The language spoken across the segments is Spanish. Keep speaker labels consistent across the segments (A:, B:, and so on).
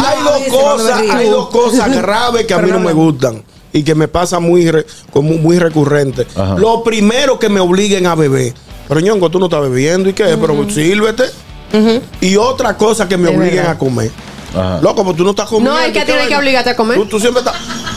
A: hay dos
B: dice cuando
A: cosas,
B: me río.
A: hay dos cosas graves que a mí no me gustan y que me pasa muy re- como muy recurrente.
C: Ajá.
A: Lo primero que me obliguen a beber. Pero ñongo, tú no estás bebiendo y qué, pero sírvete. Y otra cosa que me
D: Es
A: obliguen
D: verdad.
A: a comer.
C: Ajá.
A: Loco, pues tú no estás comiendo.
D: No, es que
A: ¿qué
D: tiene que
A: vaina?
D: obligarte a comer.
A: Tú, tú siempre estás.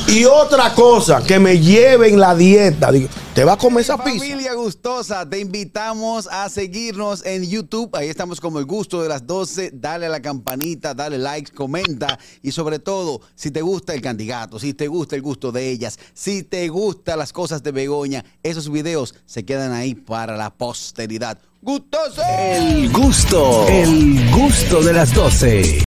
A: Y otra cosa que me lleven la dieta. Digo, ¿te vas a comer esa pizza?
E: Familia gustosa, te invitamos a seguirnos en YouTube. Ahí estamos como el gusto de las 12. Dale a la campanita, dale like, comenta y sobre todo, si te gusta el candidato, si te gusta el gusto de ellas, si te gustan las cosas de Begoña, esos videos se quedan ahí para la posteridad. ¡Gustoso!
F: El gusto, el gusto de las 12.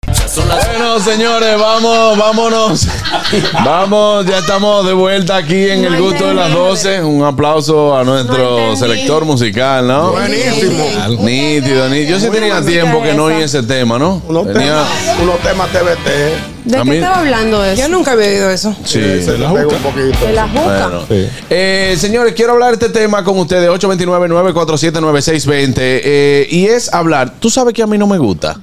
C: Bueno, señores, vamos, vámonos. Vamos, ya estamos de vuelta aquí en
D: No
C: el gusto de las
D: entendí.
C: 12. Un aplauso a
D: No
C: nuestro
D: entendí.
C: selector musical, ¿no?
A: Buenísimo.
C: Nítido, nítido. Yo sí tenía
D: bonita
C: tiempo que no
D: esa.
C: oí ese tema, ¿no?
A: Unos
C: Tenía-
A: temas, unos temas TBT.
D: ¿De
C: A
D: qué
C: mí-
D: estaba hablando eso?
B: Yo nunca había oído eso.
C: Sí.
A: Se la pego un poquito.
D: De la juca.
C: Bueno.
A: Sí.
C: Eh, señores, quiero hablar de este tema con ustedes, 829-947-9620. eh, y es hablar, tú sabes que a mí no me gusta.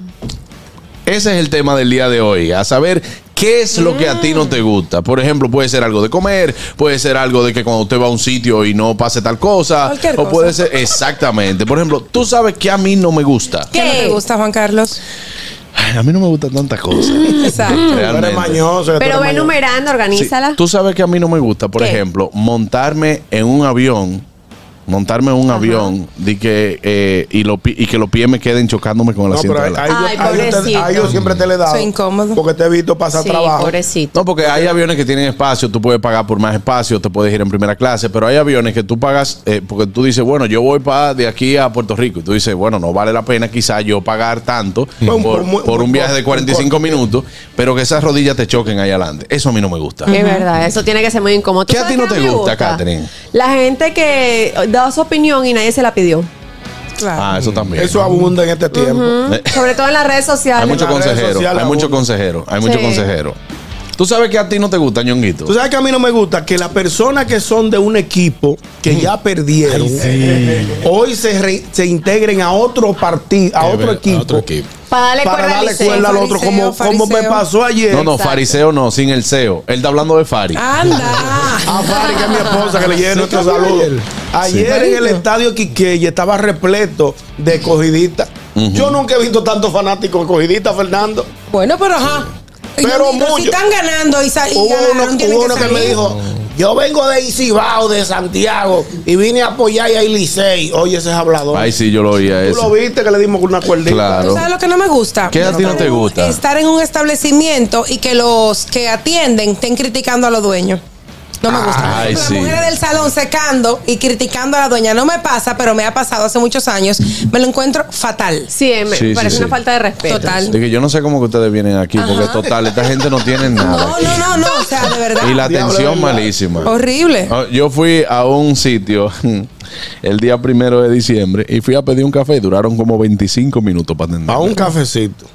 C: Ese es el tema del día de hoy, a saber qué es lo que a ti no te gusta. Por ejemplo, puede ser algo de comer, puede ser algo de que cuando usted va a un sitio y no pase tal cosa,
B: Cualquier
C: o
B: cosa.
C: puede ser exactamente. Por ejemplo, tú sabes que a mí no me gusta.
B: ¿Qué no te gusta, Juan Carlos?
C: Ay, a mí no me gustan tantas cosas.
B: Exacto.
A: Tú eres
C: realmente.
A: mañoso, tú eres
D: Pero va
A: mañoso.
D: enumerando,
C: Sí,
D: organízala.
C: Tú sabes que a mí no me gusta, por
D: ¿Qué?
C: ejemplo, montarme en un avión, montarme en un avión di que, eh, y, lo, pi- y que los pies me queden chocándome con el
A: No,
C: asiento
A: pero
C: de
A: ahí, ahí
C: la-
A: yo-
D: Ay,
A: ahí yo, te-
D: pobrecito.
A: ahí yo siempre te le he dado.
B: Soy incómodo.
A: Porque te he visto pasar
D: Sí,
A: trabajo.
D: pobrecito.
C: No, porque hay aviones que tienen espacio, tú puedes pagar por más espacio, te puedes ir en primera clase, pero hay aviones que tú pagas, eh, porque tú dices, bueno, yo voy para de aquí a Puerto Rico, y tú dices, bueno, no vale la pena quizás yo pagar tanto
A: Un-
C: por,
A: un-
C: por un
A: un
C: viaje
A: corte,
C: de
A: un
C: 45 minutos, pero que esas rodillas te choquen ahí adelante. Eso a mí no me gusta.
D: Es verdad, eso tiene que ser muy incómodo. ¿Tú
C: ¿Qué a
D: sabes
C: ti no
D: qué
C: te
D: me
C: gusta, Catherine?
D: La gente que da su opinión y nadie se la pidió.
B: Claro.
C: Ah, eso también.
A: Eso abunda en este tiempo.
C: Eh.
D: Sobre todo en las redes sociales.
C: Hay muchos
A: En las redes
C: consejeros,
A: sociales
C: hay muchos
A: aún.
C: consejeros, hay muchos
D: Sí.
C: consejeros. Tú sabes que a ti no te gusta, ñonguito.
A: Tú sabes que a mí no me gusta que las personas que son de un equipo que ya perdieron, hoy se, re- se integren a otro partido, a, otro equipo,
D: Para darle
A: para
D: cuerda al
A: darle
D: liceo.
A: cuerda al otro,
B: Fariseo,
A: como, como me
B: fariseo.
A: pasó ayer.
C: No, no,
D: Exacto.
C: fariseo no, sin el CEO. Él está hablando de Fari.
B: Ah. Anda.
A: A Fari, que es mi esposa, que le lleve nuestro saludo. Ayer en el estadio Quiqueya estaba repleto de cogidistas. Yo nunca he visto tantos fanáticos de cogidistas, Fernando.
B: Bueno, pero ajá.
A: Pero
B: Y no-
A: mucho.
B: Si están ganando y, sa- y
A: Hubo
B: ganaron,
A: uno,
B: tienen
A: hubo uno que
B: salir.
A: me dijo, yo vengo de Isibao, de Santiago, y vine a apoyar a Licey. Oye, ese es hablador.
C: Ay, sí, yo lo oía
A: Tú lo
C: eso.
A: viste que le dimos una cuerdita.
C: Claro.
B: ¿Tú sabes lo que no me gusta?
C: ¿Qué a ti no te gusta?
B: Estar en un establecimiento y que los que atienden estén criticando a los dueños. No me gusta.
C: Ay,
B: Las
C: sí.
B: mujeres del salón secando y criticando a la dueña. No me pasa, pero me ha pasado hace muchos años. Me lo encuentro fatal.
D: Sí, eh, me
C: Sí, sí,
D: parece
C: sí.
D: una falta de respeto.
B: Total.
C: De que yo no sé cómo que ustedes vienen aquí, porque total, esta gente no tiene nada.
B: No, no, no, no. O sea, de verdad.
C: Ah, Y la
A: Diablo,
C: atención
A: ¿verdad?
C: malísima.
B: Horrible.
C: Ah, Yo fui a un sitio el día primero de diciembre y fui a pedir un café. Duraron como 25 minutos para atender.
A: A un cafecito.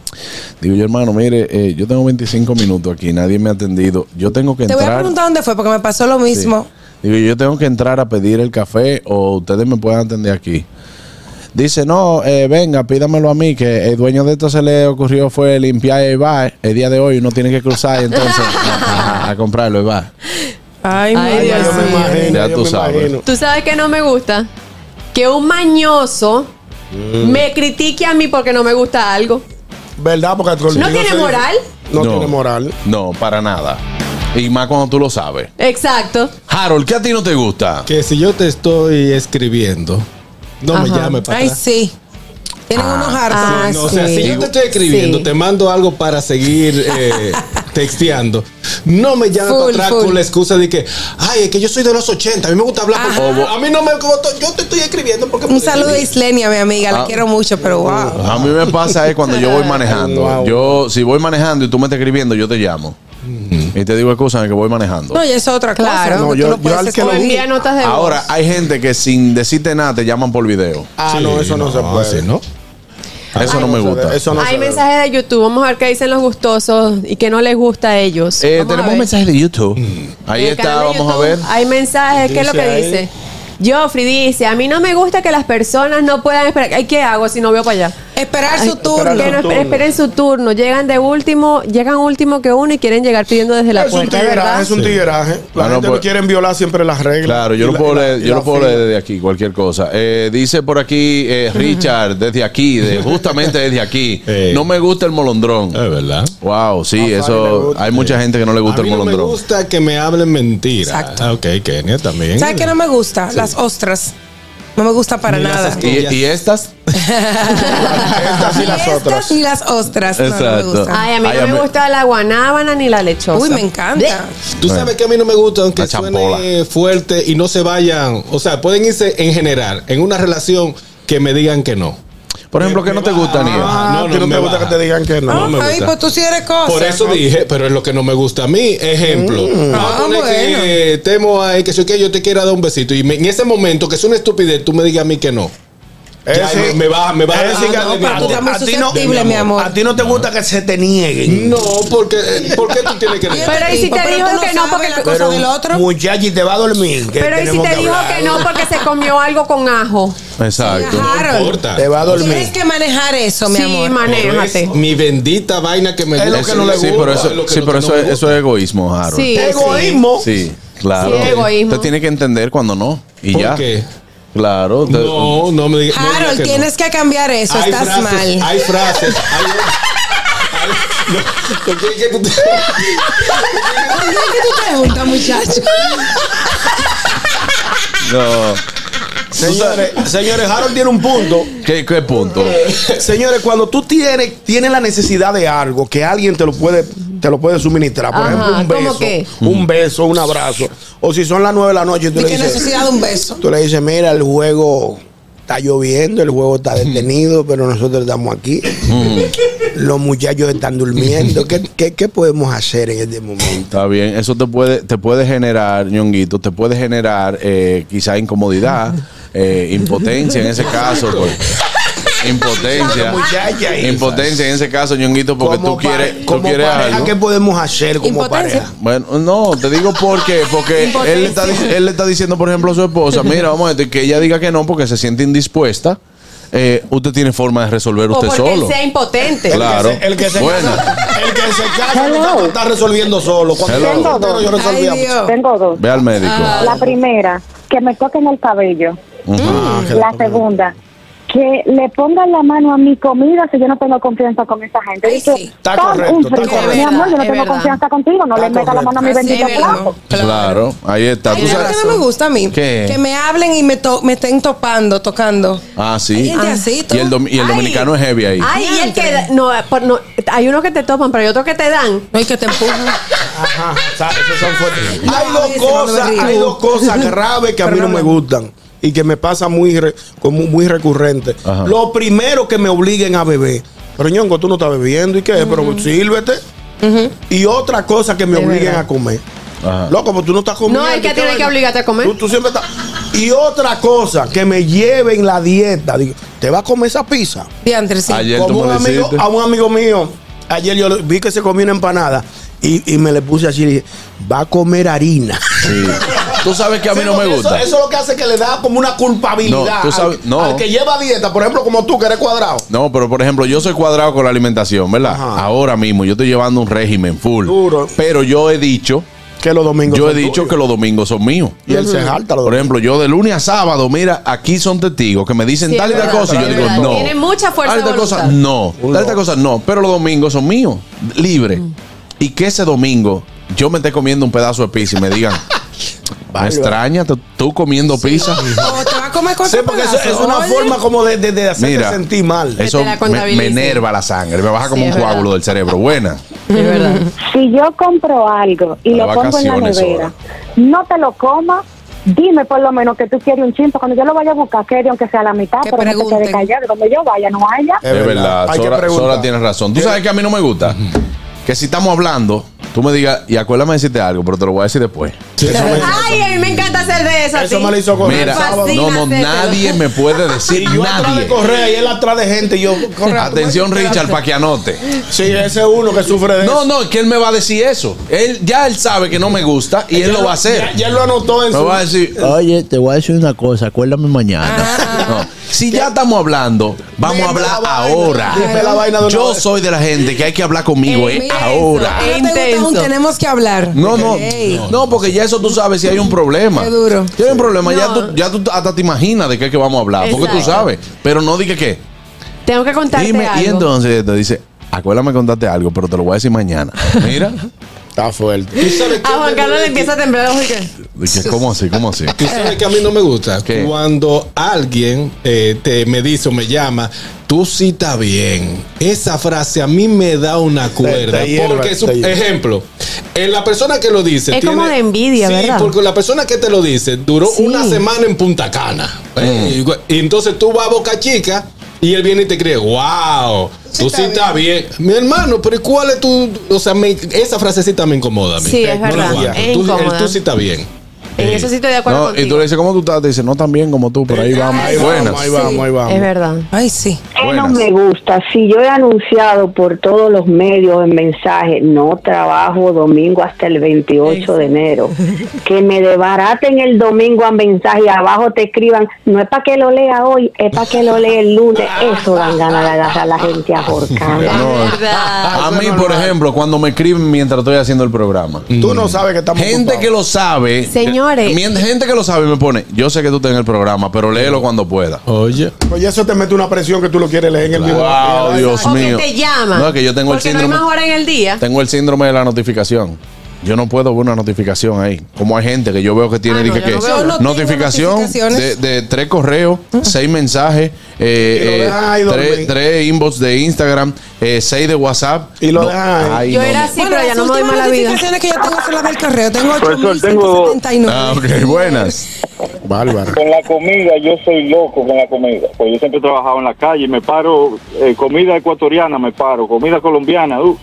C: Digo yo, hermano, mire, eh, yo tengo 25 minutos aquí, nadie me ha atendido. Yo tengo que
B: Te voy a
C: entrar.
B: preguntar dónde fue porque me pasó lo
C: Sí.
B: mismo.
C: Digo, yo tengo que entrar a pedir el café o ustedes me pueden atender aquí. Dice, no, eh, venga, pídamelo a mí, que el dueño de esto se le ocurrió fue limpiar el bar. El día de hoy uno tiene que cruzar entonces a, a- a comprarlo el bar.
B: Ay,
D: Ay,
B: mi
D: Dios
A: Yo me
D: mío.
A: imagino,
C: Ya
A: yo
C: tú
A: me
C: sabes.
A: imagino.
D: ¿Tú sabes que no me gusta? Que un mañoso
C: Mm.
D: me critique a mí porque no me gusta algo.
A: ¿Verdad? Porque contigo
D: tiene
A: se-
D: moral?
A: No, tiene moral.
C: No, para nada. Y más cuando tú lo sabes.
D: Exacto.
C: Harold, ¿qué a ti no te gusta?
G: Que si yo te estoy escribiendo, no me
D: Ajá.
G: llame para
B: Ay,
G: atrás.
B: sí. Tienen unos hartos.
D: Ah,
G: No, o sea, si yo te estoy escribiendo,
D: Sí.
G: te mando algo para seguir eh, texteando. No me llame para
B: Full,
G: atrás
B: full.
G: con la excusa de que, ay, es que yo soy de los 80, a mí me gusta hablar con-
B: Ajá.
G: A mí no me gusta, yo te estoy escribiendo porque...
B: Un saludo a Islenia, mi amiga. La
C: Ah.
B: quiero mucho, pero wow.
C: A mí me pasa es cuando yo voy manejando. Yo, si voy manejando y tú me estás escribiendo, yo te llamo. Y te digo, excusa que voy manejando.
B: No, y es otra cosa.
D: Claro.
B: que
A: No,
B: tú
A: yo-
B: no
A: yo
B: puedes
A: al que lo
D: O
B: esconder.
A: vi-
D: envía notas de voz.
C: Ahora, hay gente que sin decirte nada te llaman por video.
A: Ah, no, eso no, se puede.
G: sí, ¿no?
C: Eso no me gusta.
A: Eso no
D: Hay
A: se debe.
D: mensajes de YouTube. Vamos a ver qué dicen los gustosos y qué no les gusta a ellos.
C: Eh,
D: Vamos a
C: tenemos
D: ver.
C: mensajes de YouTube.
A: Mm.
C: Ahí
D: En el
C: está,
D: canal de
C: vamos a
D: YouTube
C: ver.
A: Ah,
D: Hay mensajes. ¿Qué es lo
A: Dice
D: que
A: ahí.
D: dice? Joffrey dice: A mí no me gusta que las personas no puedan esperar. Ay, ¿Qué hago si no veo para allá?
B: Esperar
D: Ay,
B: su turno.
A: esperar
D: Que no
A: Los
D: esper-
A: turnos.
D: esperen su turno. Llegan de último, llegan último que uno y quieren llegar pidiendo desde la
A: es un
D: puerta, ¿verdad?
A: tigueraje, es un tigueraje. La
C: Bueno,
A: gente
C: pues-
A: que quieren violar siempre las reglas.
C: Claro, yo
A: Y
C: no
A: la-
C: puedo
A: y la-
C: leer,
A: y
C: yo
A: la
C: no puedo
A: fila.
C: leer desde aquí cualquier cosa. Eh, dice por aquí eh, Richard, desde aquí, de- justamente desde aquí.
G: Eh.
C: No me gusta el molondrón.
A: Eh.
G: Es verdad.
C: Wow, sí,
A: Rafael le
C: eso.
A: gusta.
C: Hay mucha gente que no le gusta
G: a mí
C: el
G: no me
C: molondrón.
G: gusta que me hablen mentiras.
B: Exacto.
G: Ah, Ok, Kenia también.
B: ¿Sabes qué no me gusta? Las ostras. No me gusta para
G: Ni las
B: nada.
G: ostras.
C: ¿Y, y estas?
A: Estas y
B: Ni
A: las
B: estas
A: otras.
B: ni las ostras. No, no me
C: Exacto.
B: gustan.
D: Ay, a mí
C: Ay,
D: no
C: a mí-
D: me gusta la guanábana ni la lechosa.
B: Uy, me encanta.
G: Tú sabes que a mí no me gusta, aunque
C: La champola.
G: suene fuerte y no se vayan. O sea, pueden irse en general, en una relación que me digan que no.
C: Por ejemplo, ¿qué no te gusta, Niel?
A: Ah,
G: No, no,
A: que no
G: me
A: te gusta
G: baja.
A: que te digan que no.
G: No me
B: Ay,
G: gusta.
B: pues tú sí eres cosa.
G: Por eso dije, pero es lo que no me gusta a mí. Ejemplo, vamos a
B: Ah,
G: poner que temo ahí, que soy que yo te quiera dar un besito y me- en ese momento, que es una estupidez, tú me digas a mí que no.
A: Es
G: Ya,
A: decir-
G: me baja- me baja
A: es decir
G: la
A: que a
G: nota de
A: ti-
G: mi amor.
A: a ti-
B: Estamos
A: a ti no-
B: susceptibles, mi amor.
A: A ti no te gusta que se te nieguen.
G: No, porque ¿por qué tú tienes que negar?
D: Pero, ¿y si te dijo
B: pues, tú no
D: que no
B: sabes
D: porque-
B: la cosa
D: Pero-
B: del otro?
A: Muchachi, te va a dormir. que
D: Pero ¿y si
A: tenemos
D: te dijo
A: hablar.
D: que no porque se comió algo con ajo?
C: Exacto.
B: Ajá.
G: No
B: Harold,
G: importa.
A: Te va a dormir.
B: Tienes que manejar eso, mi
D: sí,
B: amor.
G: Pero
D: manéjate.
G: es mi bendita vaina que me
A: Es lo
G: gusta.
A: que no le
C: Sí,
A: gusta.
C: pero
G: Es
C: eso,
G: lo que
C: sí,
G: no-
C: pero
G: no
C: eso,
G: me
C: es- eso
G: gusta.
C: es egoísmo, Harold.
D: Sí,
A: Egoísmo.
C: Sí, claro.
D: Sí, egoísmo.
C: Usted tiene que entender cuando no. Y
G: ¿Por
C: ya.
G: qué?
C: Claro. usted-
G: No, no me digas. no digas
B: Harold,
G: que no.
B: tienes que cambiar eso.
G: Hay
B: Estás
G: frases,
B: mal.
G: Hay frases. Hay, hay- no, ¿por qué- qué tú te-
B: ¿Por qué tú te juntas, muchacho?
C: No.
A: Señores, señores, Harold tiene un punto.
C: ¿Qué, qué punto?
A: Señores, cuando tú tienes, tienes la necesidad de algo que alguien te lo puede, te lo puede suministrar, por
D: Ajá,
A: ejemplo, un
D: ¿cómo
A: beso,
D: qué?
A: un beso, un abrazo, o si son las nueve de la noche, tú
B: ¿De
A: le
B: qué
A: dices,
B: necesidad de un beso?
A: tú le dices, mira, el juego está lloviendo, el juego está detenido, pero nosotros estamos aquí,
C: Mm.
A: los muchachos están durmiendo, ¿Qué, qué, qué podemos hacer en este momento?
C: Está bien, eso te puede, te puede generar, ñonguito, te puede generar eh, quizá incomodidad, eh, impotencia en ese caso. pues. Impotencia.
A: Muchacha, hija.
C: Impotencia en ese caso, ñonguito, porque
A: Como
C: tú quieres,
A: pare-
C: tú
A: como
C: quieres
A: pareja,
C: algo.
A: ¿qué podemos hacer como
D: Impotencia.
A: pareja?
C: Bueno, no, te digo porque, porque él le, está, dic- él le está diciendo, por ejemplo, a su esposa, mira, vamos a decir que ella diga que no porque se siente indispuesta. Eh, usted tiene forma de resolver
D: O
C: usted
D: porque
C: solo.
D: sea impotente.
C: Claro.
A: El que se, el que se
C: Bueno.
A: casa, el que se casa no está- está resolviendo solo. Cuando
C: Hello.
A: yo era soltero, yo
B: Ay,
A: resolvía.
B: Dios.
H: Tengo dos.
C: Ve al médico.
B: Ah,
H: La primera, que me toquen el cabello. La segunda, que le pongan la mano a mi comida si yo no tengo confianza con esa gente.
B: Ay,
H: Y que,
B: sí.
A: Está
H: pon
A: correcto,
H: un
A: está
H: frito.
A: correcto.
H: Mi amor, yo no
D: Es
H: tengo
D: verdad.
H: contigo, contigo. No
A: Está
H: le meta la mano a mi
B: correcto.
H: bendito
B: Así es,
H: plato.
C: Claro, ahí está.
B: Ay,
C: Tú
B: ¿sabes
C: sabes-
B: qué no me gusta a mí?
C: ¿Qué?
B: Que me hablen y me, to- me estén topando, tocando.
C: Ah,
B: Hay
C: sí.
B: gente así, tú.
C: Y el, dom- y el
D: Ay.
C: dominicano es heavy ahí.
D: Ay, y el que da- no, por- no, hay unos que te topan, pero hay otros que te dan.
B: No hay que te empujan.
A: Ajá, o sea, esos son fuertes.
B: No,
A: hay dos
B: ese no me
A: cosas,
B: río.
A: hay dos cosas graves que a mí no me gustan y que me pasa muy, re- como muy recurrente.
C: Ajá.
A: Lo primero que me obliguen a beber. Pero ñongo, tú no estás bebiendo y qué, pero sírvete. Y otra cosa que me
D: Es
A: obliguen
D: verdad.
A: a comer.
C: Ajá.
A: Loco, pues tú no estás comiendo.
D: No, es que
A: ¿y
D: a ti no hay
A: vaina?
D: que obligarte a comer.
A: Tú, tú siempre estás. Y otra cosa que me lleven la dieta. Digo, ¿te vas a comer esa pizza?
B: Diantre, sí.
C: Ayer tú
A: Como
C: me
A: un amigo,
C: deciste.
A: a un amigo mío, ayer yo lo- vi que se comió una empanada y, y me le puse así, le dije, va a comer harina.
C: Sí. Tú sabes que a mí
A: Sí,
C: no me
A: porque
C: gusta.
A: Eso, eso es lo que hace que le da como una culpabilidad
C: No, tú sabes-
A: al,
C: no.
A: al que lleva dieta, por ejemplo, como tú, que eres cuadrado.
C: No, pero por ejemplo, yo soy cuadrado con la alimentación, ¿verdad?
A: Ajá.
C: Ahora mismo yo estoy llevando un régimen full.
A: Duro.
C: Pero yo he dicho,
A: Que los domingos.
C: yo he
A: son
C: dicho
A: tuyos.
C: que los domingos son míos.
A: Y él se jalta los
C: Por
A: domingos.
C: ejemplo, yo de lunes a sábado, mira, aquí son testigos que me dicen
D: Sí,
C: tal y
D: es
C: tal
D: verdad,
C: cosa. Y yo
D: es
C: digo,
D: verdad.
C: no.
D: Tiene mucha fuerza
C: Tal y tal
D: de
C: cosa,
D: voluntad.
C: no. Tal y tal cosa, no. Pero los domingos son míos, libre.
D: Mm.
C: Y que ese domingo yo me esté comiendo un pedazo de pizza y me digan, ¿me extraña tú- tú comiendo pizza?
B: O te va a comer
A: Sí,
B: cosas.
A: porque eso- es una forma como de, de, de hacerte
C: Mira.
A: sentir mal.
D: te
C: Eso
D: la
C: me, me
D: contabilicen.
C: enerva la sangre, me baja como
D: Sí, es
C: un
D: verdad.
C: coágulo del cerebro. Buena.
D: Es verdad.
H: Si yo compro algo y
C: Para
H: lo pongo en la
C: vacaciones
H: nevera,
C: ahora.
H: no te lo comas, dime por lo menos que tú quieres un chimpo. Cuando yo lo vaya a buscar, que aunque sea la mitad,
B: Que
H: pero no te
B: pregunten.
H: quede callado. Cuando yo vaya, no haya.
A: Es
C: Es verdad,
A: verdad. Hay que
C: Sora,
A: preguntar.
C: Sora tienes razón. Tú sabes que a mí no me gusta que si estamos hablando, tú me digas, y acuérdame de decirte algo, pero te lo voy a decir después.
A: Sí, eso me-
D: Ay, a mí me encanta hacer de eso.
A: Eso me lo hizo correr.
C: Mira,
A: Sábado.
D: fascina
C: no, no,
D: hacértelo.
C: nadie me puede decir
A: Y yo atrás de
C: nadie.
A: Correa y él atrás de gente. y Yo, Correa, tú
C: Atención,
A: me-
C: Richard, para que anote.
A: Sí, ese es uno que sufre de
C: No,
A: eso.
C: no, que él me va a decir eso. Él ya él sabe que no me gusta y él lo va a hacer.
A: Ya, ya lo anotó en
C: Me
A: su.
C: va a decir, Ah.
I: Oye, te voy a decir una cosa, acuérdame mañana.
C: no. si ya estamos hablando, vamos a
B: Dime la
C: hablar
B: vaina.
C: ahora.
B: Dime la
G: vaina de una
C: Yo
G: vez.
C: soy de la gente que hay que hablar conmigo,
D: Eh,
C: eh,
D: mira
C: ahora.
D: eso, eh.
B: ¿No te gusta un
D: Intenso.
B: tenemos que hablar?
C: No, no,
B: Ey.
C: no, porque ya eso tú sabes si hay un problema.
B: Qué duro.
C: Si hay un problema, ya,
D: No.
C: tú, ya tú hasta te imaginas de qué es que vamos a hablar, porque tú
D: Exacto.
C: sabes. Pero no diga qué.
D: Tengo que contarte
C: Dime,
D: algo.
C: y entonces te dice, acuérdame contarte algo, pero te lo voy a decir mañana. Mira,
A: Está fuerte.
G: ¿Tú sabes
D: A Juan
G: qué?
D: Carlos le empieza a temblar el ojo y que...
C: de que, ¿cómo así? ¿Cómo así?
G: ¿Tú sabes que a mí no me gusta?
C: ¿Qué?
G: Cuando alguien eh, te me dice o me llama, tú sí estás bien. Esa frase a mí me da una cuerda.
A: te hierva,
G: porque, su,
A: te hierva.
G: ejemplo, eh, la persona que lo dice.
D: Es como de envidia,
G: Sí,
D: ¿verdad?
G: porque la persona que te lo dice duró
D: Sí.
G: una semana en Punta Cana. Eh, Y, entonces tú vas a Boca Chica y él viene y te cree, wow, tú sí estás bien. Mi hermano, pero ¿y ¿cuál es tu.? O sea, me- esa frasecita me incomoda. a mí.
D: Sí, es
G: No la
D: verdad.
G: aguanto.
D: Es
G: Tú- el
D: incómoda.
G: tú sí estás bien.
D: En eso sí estoy de acuerdo
C: No,
D: contigo.
C: y tú le dices, ¿cómo tú estás? Te dice, no tan bien como tú, pero ahí vamos.
A: Ahí
C: Buenas.
A: vamos, ahí vamos, ahí vamos.
D: Es verdad.
B: Ay, sí.
H: Que no
C: Buenas.
H: me gusta. Si yo he anunciado por todos los medios en mensaje, no trabajo domingo hasta el 28 de enero. Que me desbaraten el domingo a mensaje y abajo te escriban, no es para que lo lea hoy, es para que lo lea el lunes. Eso dan ganas de agarrar a la gente a
D: Es
H: horcada.
C: No,
D: verdad.
C: A mí, por ejemplo, cuando me escriben mientras estoy haciendo el programa.
A: Tú no sabes que estamos
C: Gente que lo sabe.
D: Mm. Señores.
C: Mien- Gente que lo sabe me pone, yo sé que tú estás en el programa, pero
D: Mm.
C: léelo cuando pueda.
G: Oye.
A: Oye, eso te mete una presión que tú lo quieres leer en el eh,
C: Wow, Dios
D: o
C: mío.
D: que te llama.
C: No, es que yo tengo el
D: Porque
C: síndrome.
D: no hay más hora en el día.
C: Tengo el síndrome de la notificación. Yo no puedo ver una notificación ahí. Como hay gente que yo veo que tiene
D: Ah,
C: dije
D: no,
C: que
D: yo no veo. Yo
B: no tengo
C: notificación de,
B: notificaciones.
C: de tres correos, seis mensajes, eh,
A: Y lo
C: eh,
A: dejan ahí dormir.
C: tres, tres inbox de Instagram, eh, seis de WhatsApp.
A: Y lo dejan ahí.
D: Yo
C: no,
D: era
C: no.
D: así, pero ya no me doy mala vida.
B: Las notificaciones que yo tengo son las del correo. Tengo
I: Profesor, tengo-
B: 8.179.
C: Ah, ok, buenas.
A: Bárbaro.
I: Con la comida, yo soy loco con la comida. Pues yo siempre he trabajado en la calle, me paro, eh, comida ecuatoriana me paro, comida colombiana, uh,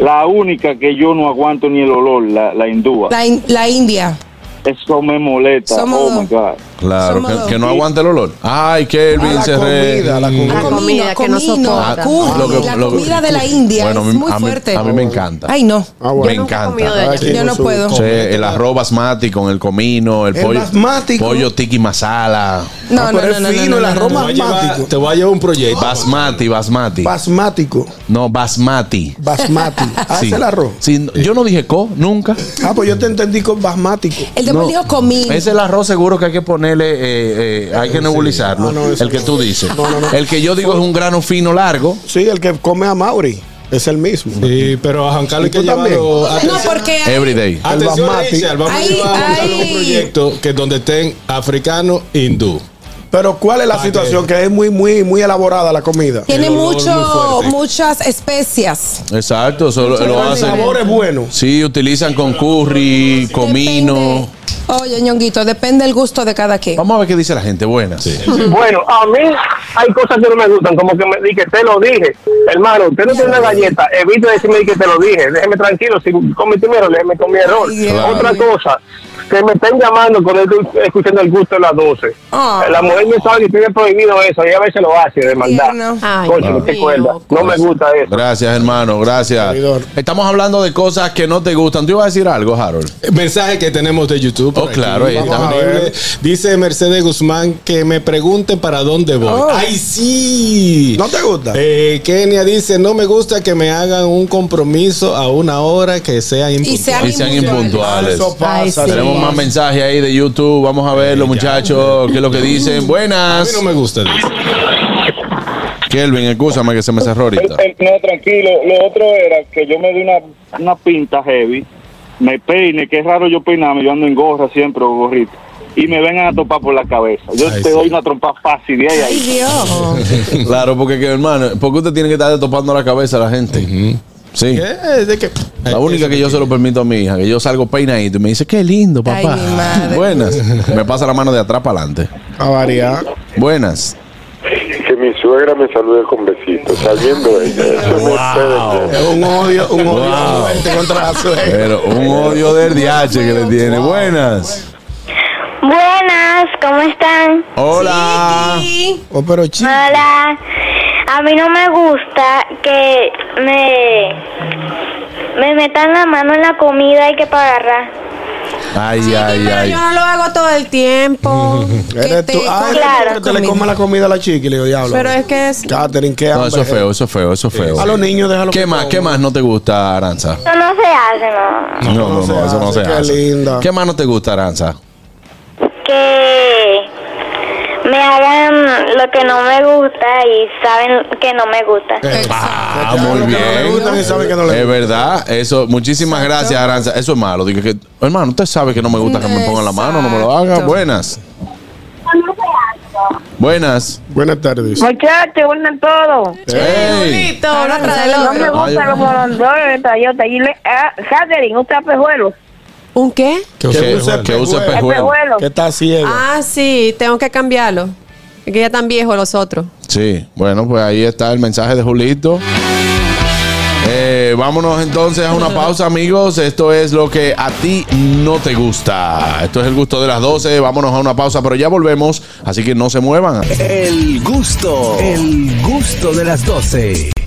I: la única que yo no aguanto ni el olor, la, la hindúa.
B: La, in- la India.
I: Eso me molesta,
B: Somos
I: oh
B: dos.
I: my God.
C: Claro,
B: Somos
C: que,
B: dos.
C: que no aguante el olor. Ay, Kelvin
A: la
C: se re- Mm. Ah,
A: comida, la comida.
D: La comida que no
B: comino,
D: soporta.
B: curry,
C: Lo que-
B: la
C: lo que-
B: comida de la India
C: Bueno, a
B: es
C: mí-
B: muy
C: a mí-
B: fuerte.
C: a mí me encanta.
B: Ay, no.
A: Ah,
C: Me
A: bueno.
D: nunca he
C: encanta.
D: comido de allá.
A: Aquí
B: Yo no
A: con su-
B: puedo.
A: con-
C: Sí, el arroz basmati con el comino, el,
A: El
C: pollo,
A: basmati con-
C: pollo tiki masala,
B: No,
A: Ah,
B: no,
A: pero
B: no,
A: es
B: no, no,
A: fino,
B: no,
A: el
B: no,
A: arroz
G: Te
B: no.
G: voy, a llevar,
A: Basmático.
G: te voy a llevar un proyecto.
C: basmati, basmati,
A: Basmático.
C: no basmati.
A: Basmati. Ah,
C: Sí.
A: es el arroz.
C: Sí, no- Yo no dije co, nunca.
A: Ah, pues yo te entendí con basmático.
B: El de me
C: No.
B: dijo comino.
C: Ese el arroz seguro que hay que ponerle, eh, eh, hay que nebulizarlo.
A: Ah, no, eso
C: el que
A: no.
C: tú dices.
A: No, no, no.
C: El que yo digo es un grano fino largo.
A: Sí, el que come a Mauri. Es el mismo.
G: Sí, pero a Juan Carlos hay
A: ¿Y
G: que
A: tú
G: llevarlo.
B: No, porque
C: Every day.
G: Atención,
A: basmati.
G: Richard, vamos
B: Ay,
G: a llevar a Juan Carlos
B: ay.
G: un proyecto que donde estén africanos, hindú.
A: Pero ¿cuál es la
G: Ah,
A: situación?
G: que-
A: Que es muy, muy, muy elaborada la comida.
B: tiene
G: El olor muy
B: mucho,
G: fuerte.
B: muchas especias.
C: Exacto, eso lo, lo
A: Pero el
C: hacen.
A: sabor es bueno.
C: Sí, utilizan con curry, comino.
B: Depende- Oye, ñonguito, depende el gusto de cada quien.
C: Vamos a ver qué dice la gente. Buenas.
I: Bueno, a mí hay cosas que no me gustan, como que me di que te lo dije. Hermano, usted no tiene una galleta, evite decirme di que te lo dije. Déjeme tranquilo, si comí primero, déjeme con mi error.
B: Ay, Dios
I: Otra
B: mío.
I: cosa, que me estén llamando con el, escuchando el gusto de las 12.
B: Ah.
I: La mujer no sabe que tiene prohibido eso, y a veces lo hace de maldad.
B: Tierno.
D: Ay,
I: Coño,
D: Dios
I: no te
D: mío.
I: cuerda. No me gusta eso.
C: Gracias, hermano, gracias.
A: Servidor.
C: Estamos hablando de cosas que no te gustan. ¿Tú ibas a decir algo, Harold?
G: Mensaje que tenemos de YouTube. por
C: Oh, claro, ahí
G: Vamos
A: está.
G: a ver. Dice Mercedes Guzmán que me pregunten para dónde voy.
B: Oh.
G: ¡Ay, sí!
A: ¿No te gusta?
G: Eh, Kenia dice: No me gusta que me hagan un compromiso a una hora que sea
B: Y
G: imposible.
B: sean,
C: Y sean
A: Ah,
C: impuntuales.
A: eso
D: Ay,
A: pasa.
D: sí.
C: Tenemos más mensajes ahí de YouTube. Vamos a verlo, muchachos. ¿Qué es lo que dicen?
G: A mí
C: Buenas.
G: no me gusta. dice.
C: Kelvin, escúchame que se me cerró ahorita.
I: Eh, No, tranquilo. Lo otro era que yo me di una, una pinta heavy, me peine, que es raro yo peinarme, yo ando en gorra siempre o gorrito, y me vengan a topar por la cabeza. Yo
G: Ay,
I: te
G: sí.
I: doy una trompa fácil de ahí a
B: Ay,
I: ahí.
B: Dios.
C: Claro, porque, que, hermano, porque usted tiene que estar topando la cabeza a la gente. Sí.
G: Eh, de que-
C: La única que yo se lo permito a mi hija, que yo salgo peinadito y me dice, qué lindo, papá.
B: Ay, mi madre.
C: Buenas. Me pasa la mano de atrás para adelante.
A: A variar.
C: Buenas.
J: Que mi suegra me salude con besitos, saliendo ella. Eso no puede ser.
A: Es un odio, un odio
C: Wow.
A: fuerte contra la suegra.
C: Pero un odio del DH que le tiene. Buenas.
H: Buenas, ¿cómo están?
C: Hola.
A: Oh, pero chico.
H: Hola. A mí no me gusta que me, me metan la mano en la comida y que para agarrar.
C: Ay, ay,
D: Pero
C: ay.
D: yo no lo hago todo el tiempo.
A: Eres
B: te
A: tú.
B: coma
A: Ah,
B: la
A: que le
B: comida.
A: coma la comida a la chica y le digo, diablo.
D: Pero es que es.
A: Catherine, qué
C: No,
A: hambre.
C: eso es feo, eso es feo, eso es feo.
A: A los niños, déjalo
C: ¿Qué
A: que
C: más,
A: coman.
C: qué más no te gusta, Aranza?
K: Eso no se hace, no.
C: No, no, no,
A: no se
C: eso no se
A: hace, qué
C: hace.
A: linda.
C: ¿Qué más no te gusta, Aranza?
K: Que me hagan lo que no me gusta y saben que no me gusta.
C: Ah,
A: Que te hagan
C: muy
A: lo que
C: bien.
A: no le gusta y sabe que no le
C: Es
A: gusta.
C: verdad, eso. Muchísimas gracias, Aranza. Eso es malo. Dije que, hermano, usted sabe que no me gusta que me pongan la mano, no me lo haga.
B: Exacto.
C: Buenas. Buenas.
A: Buenas tardes.
H: Muchachos, unen todo.
C: Hey.
D: Bonito, uno atrás del
H: Ah, No me
D: otro.
H: gustan los molondrones de Toyota. Y le, ah, Catherine, un pejuelo.
D: ¿Un qué?
C: Que use, que use
H: El
C: pejuelo.
H: pejuelo.
A: Que está ciego.
D: Ah, sí, tengo que cambiarlo. Es que ya están viejos los otros.
C: Sí, bueno, pues ahí está el mensaje de Julito. Eh, vámonos entonces a una pausa, amigos. Esto es lo que a ti no te gusta. Esto es el gusto de las 12. Vámonos a una pausa, pero ya volvemos. Así que no se muevan.
F: El gusto, el gusto de las 12.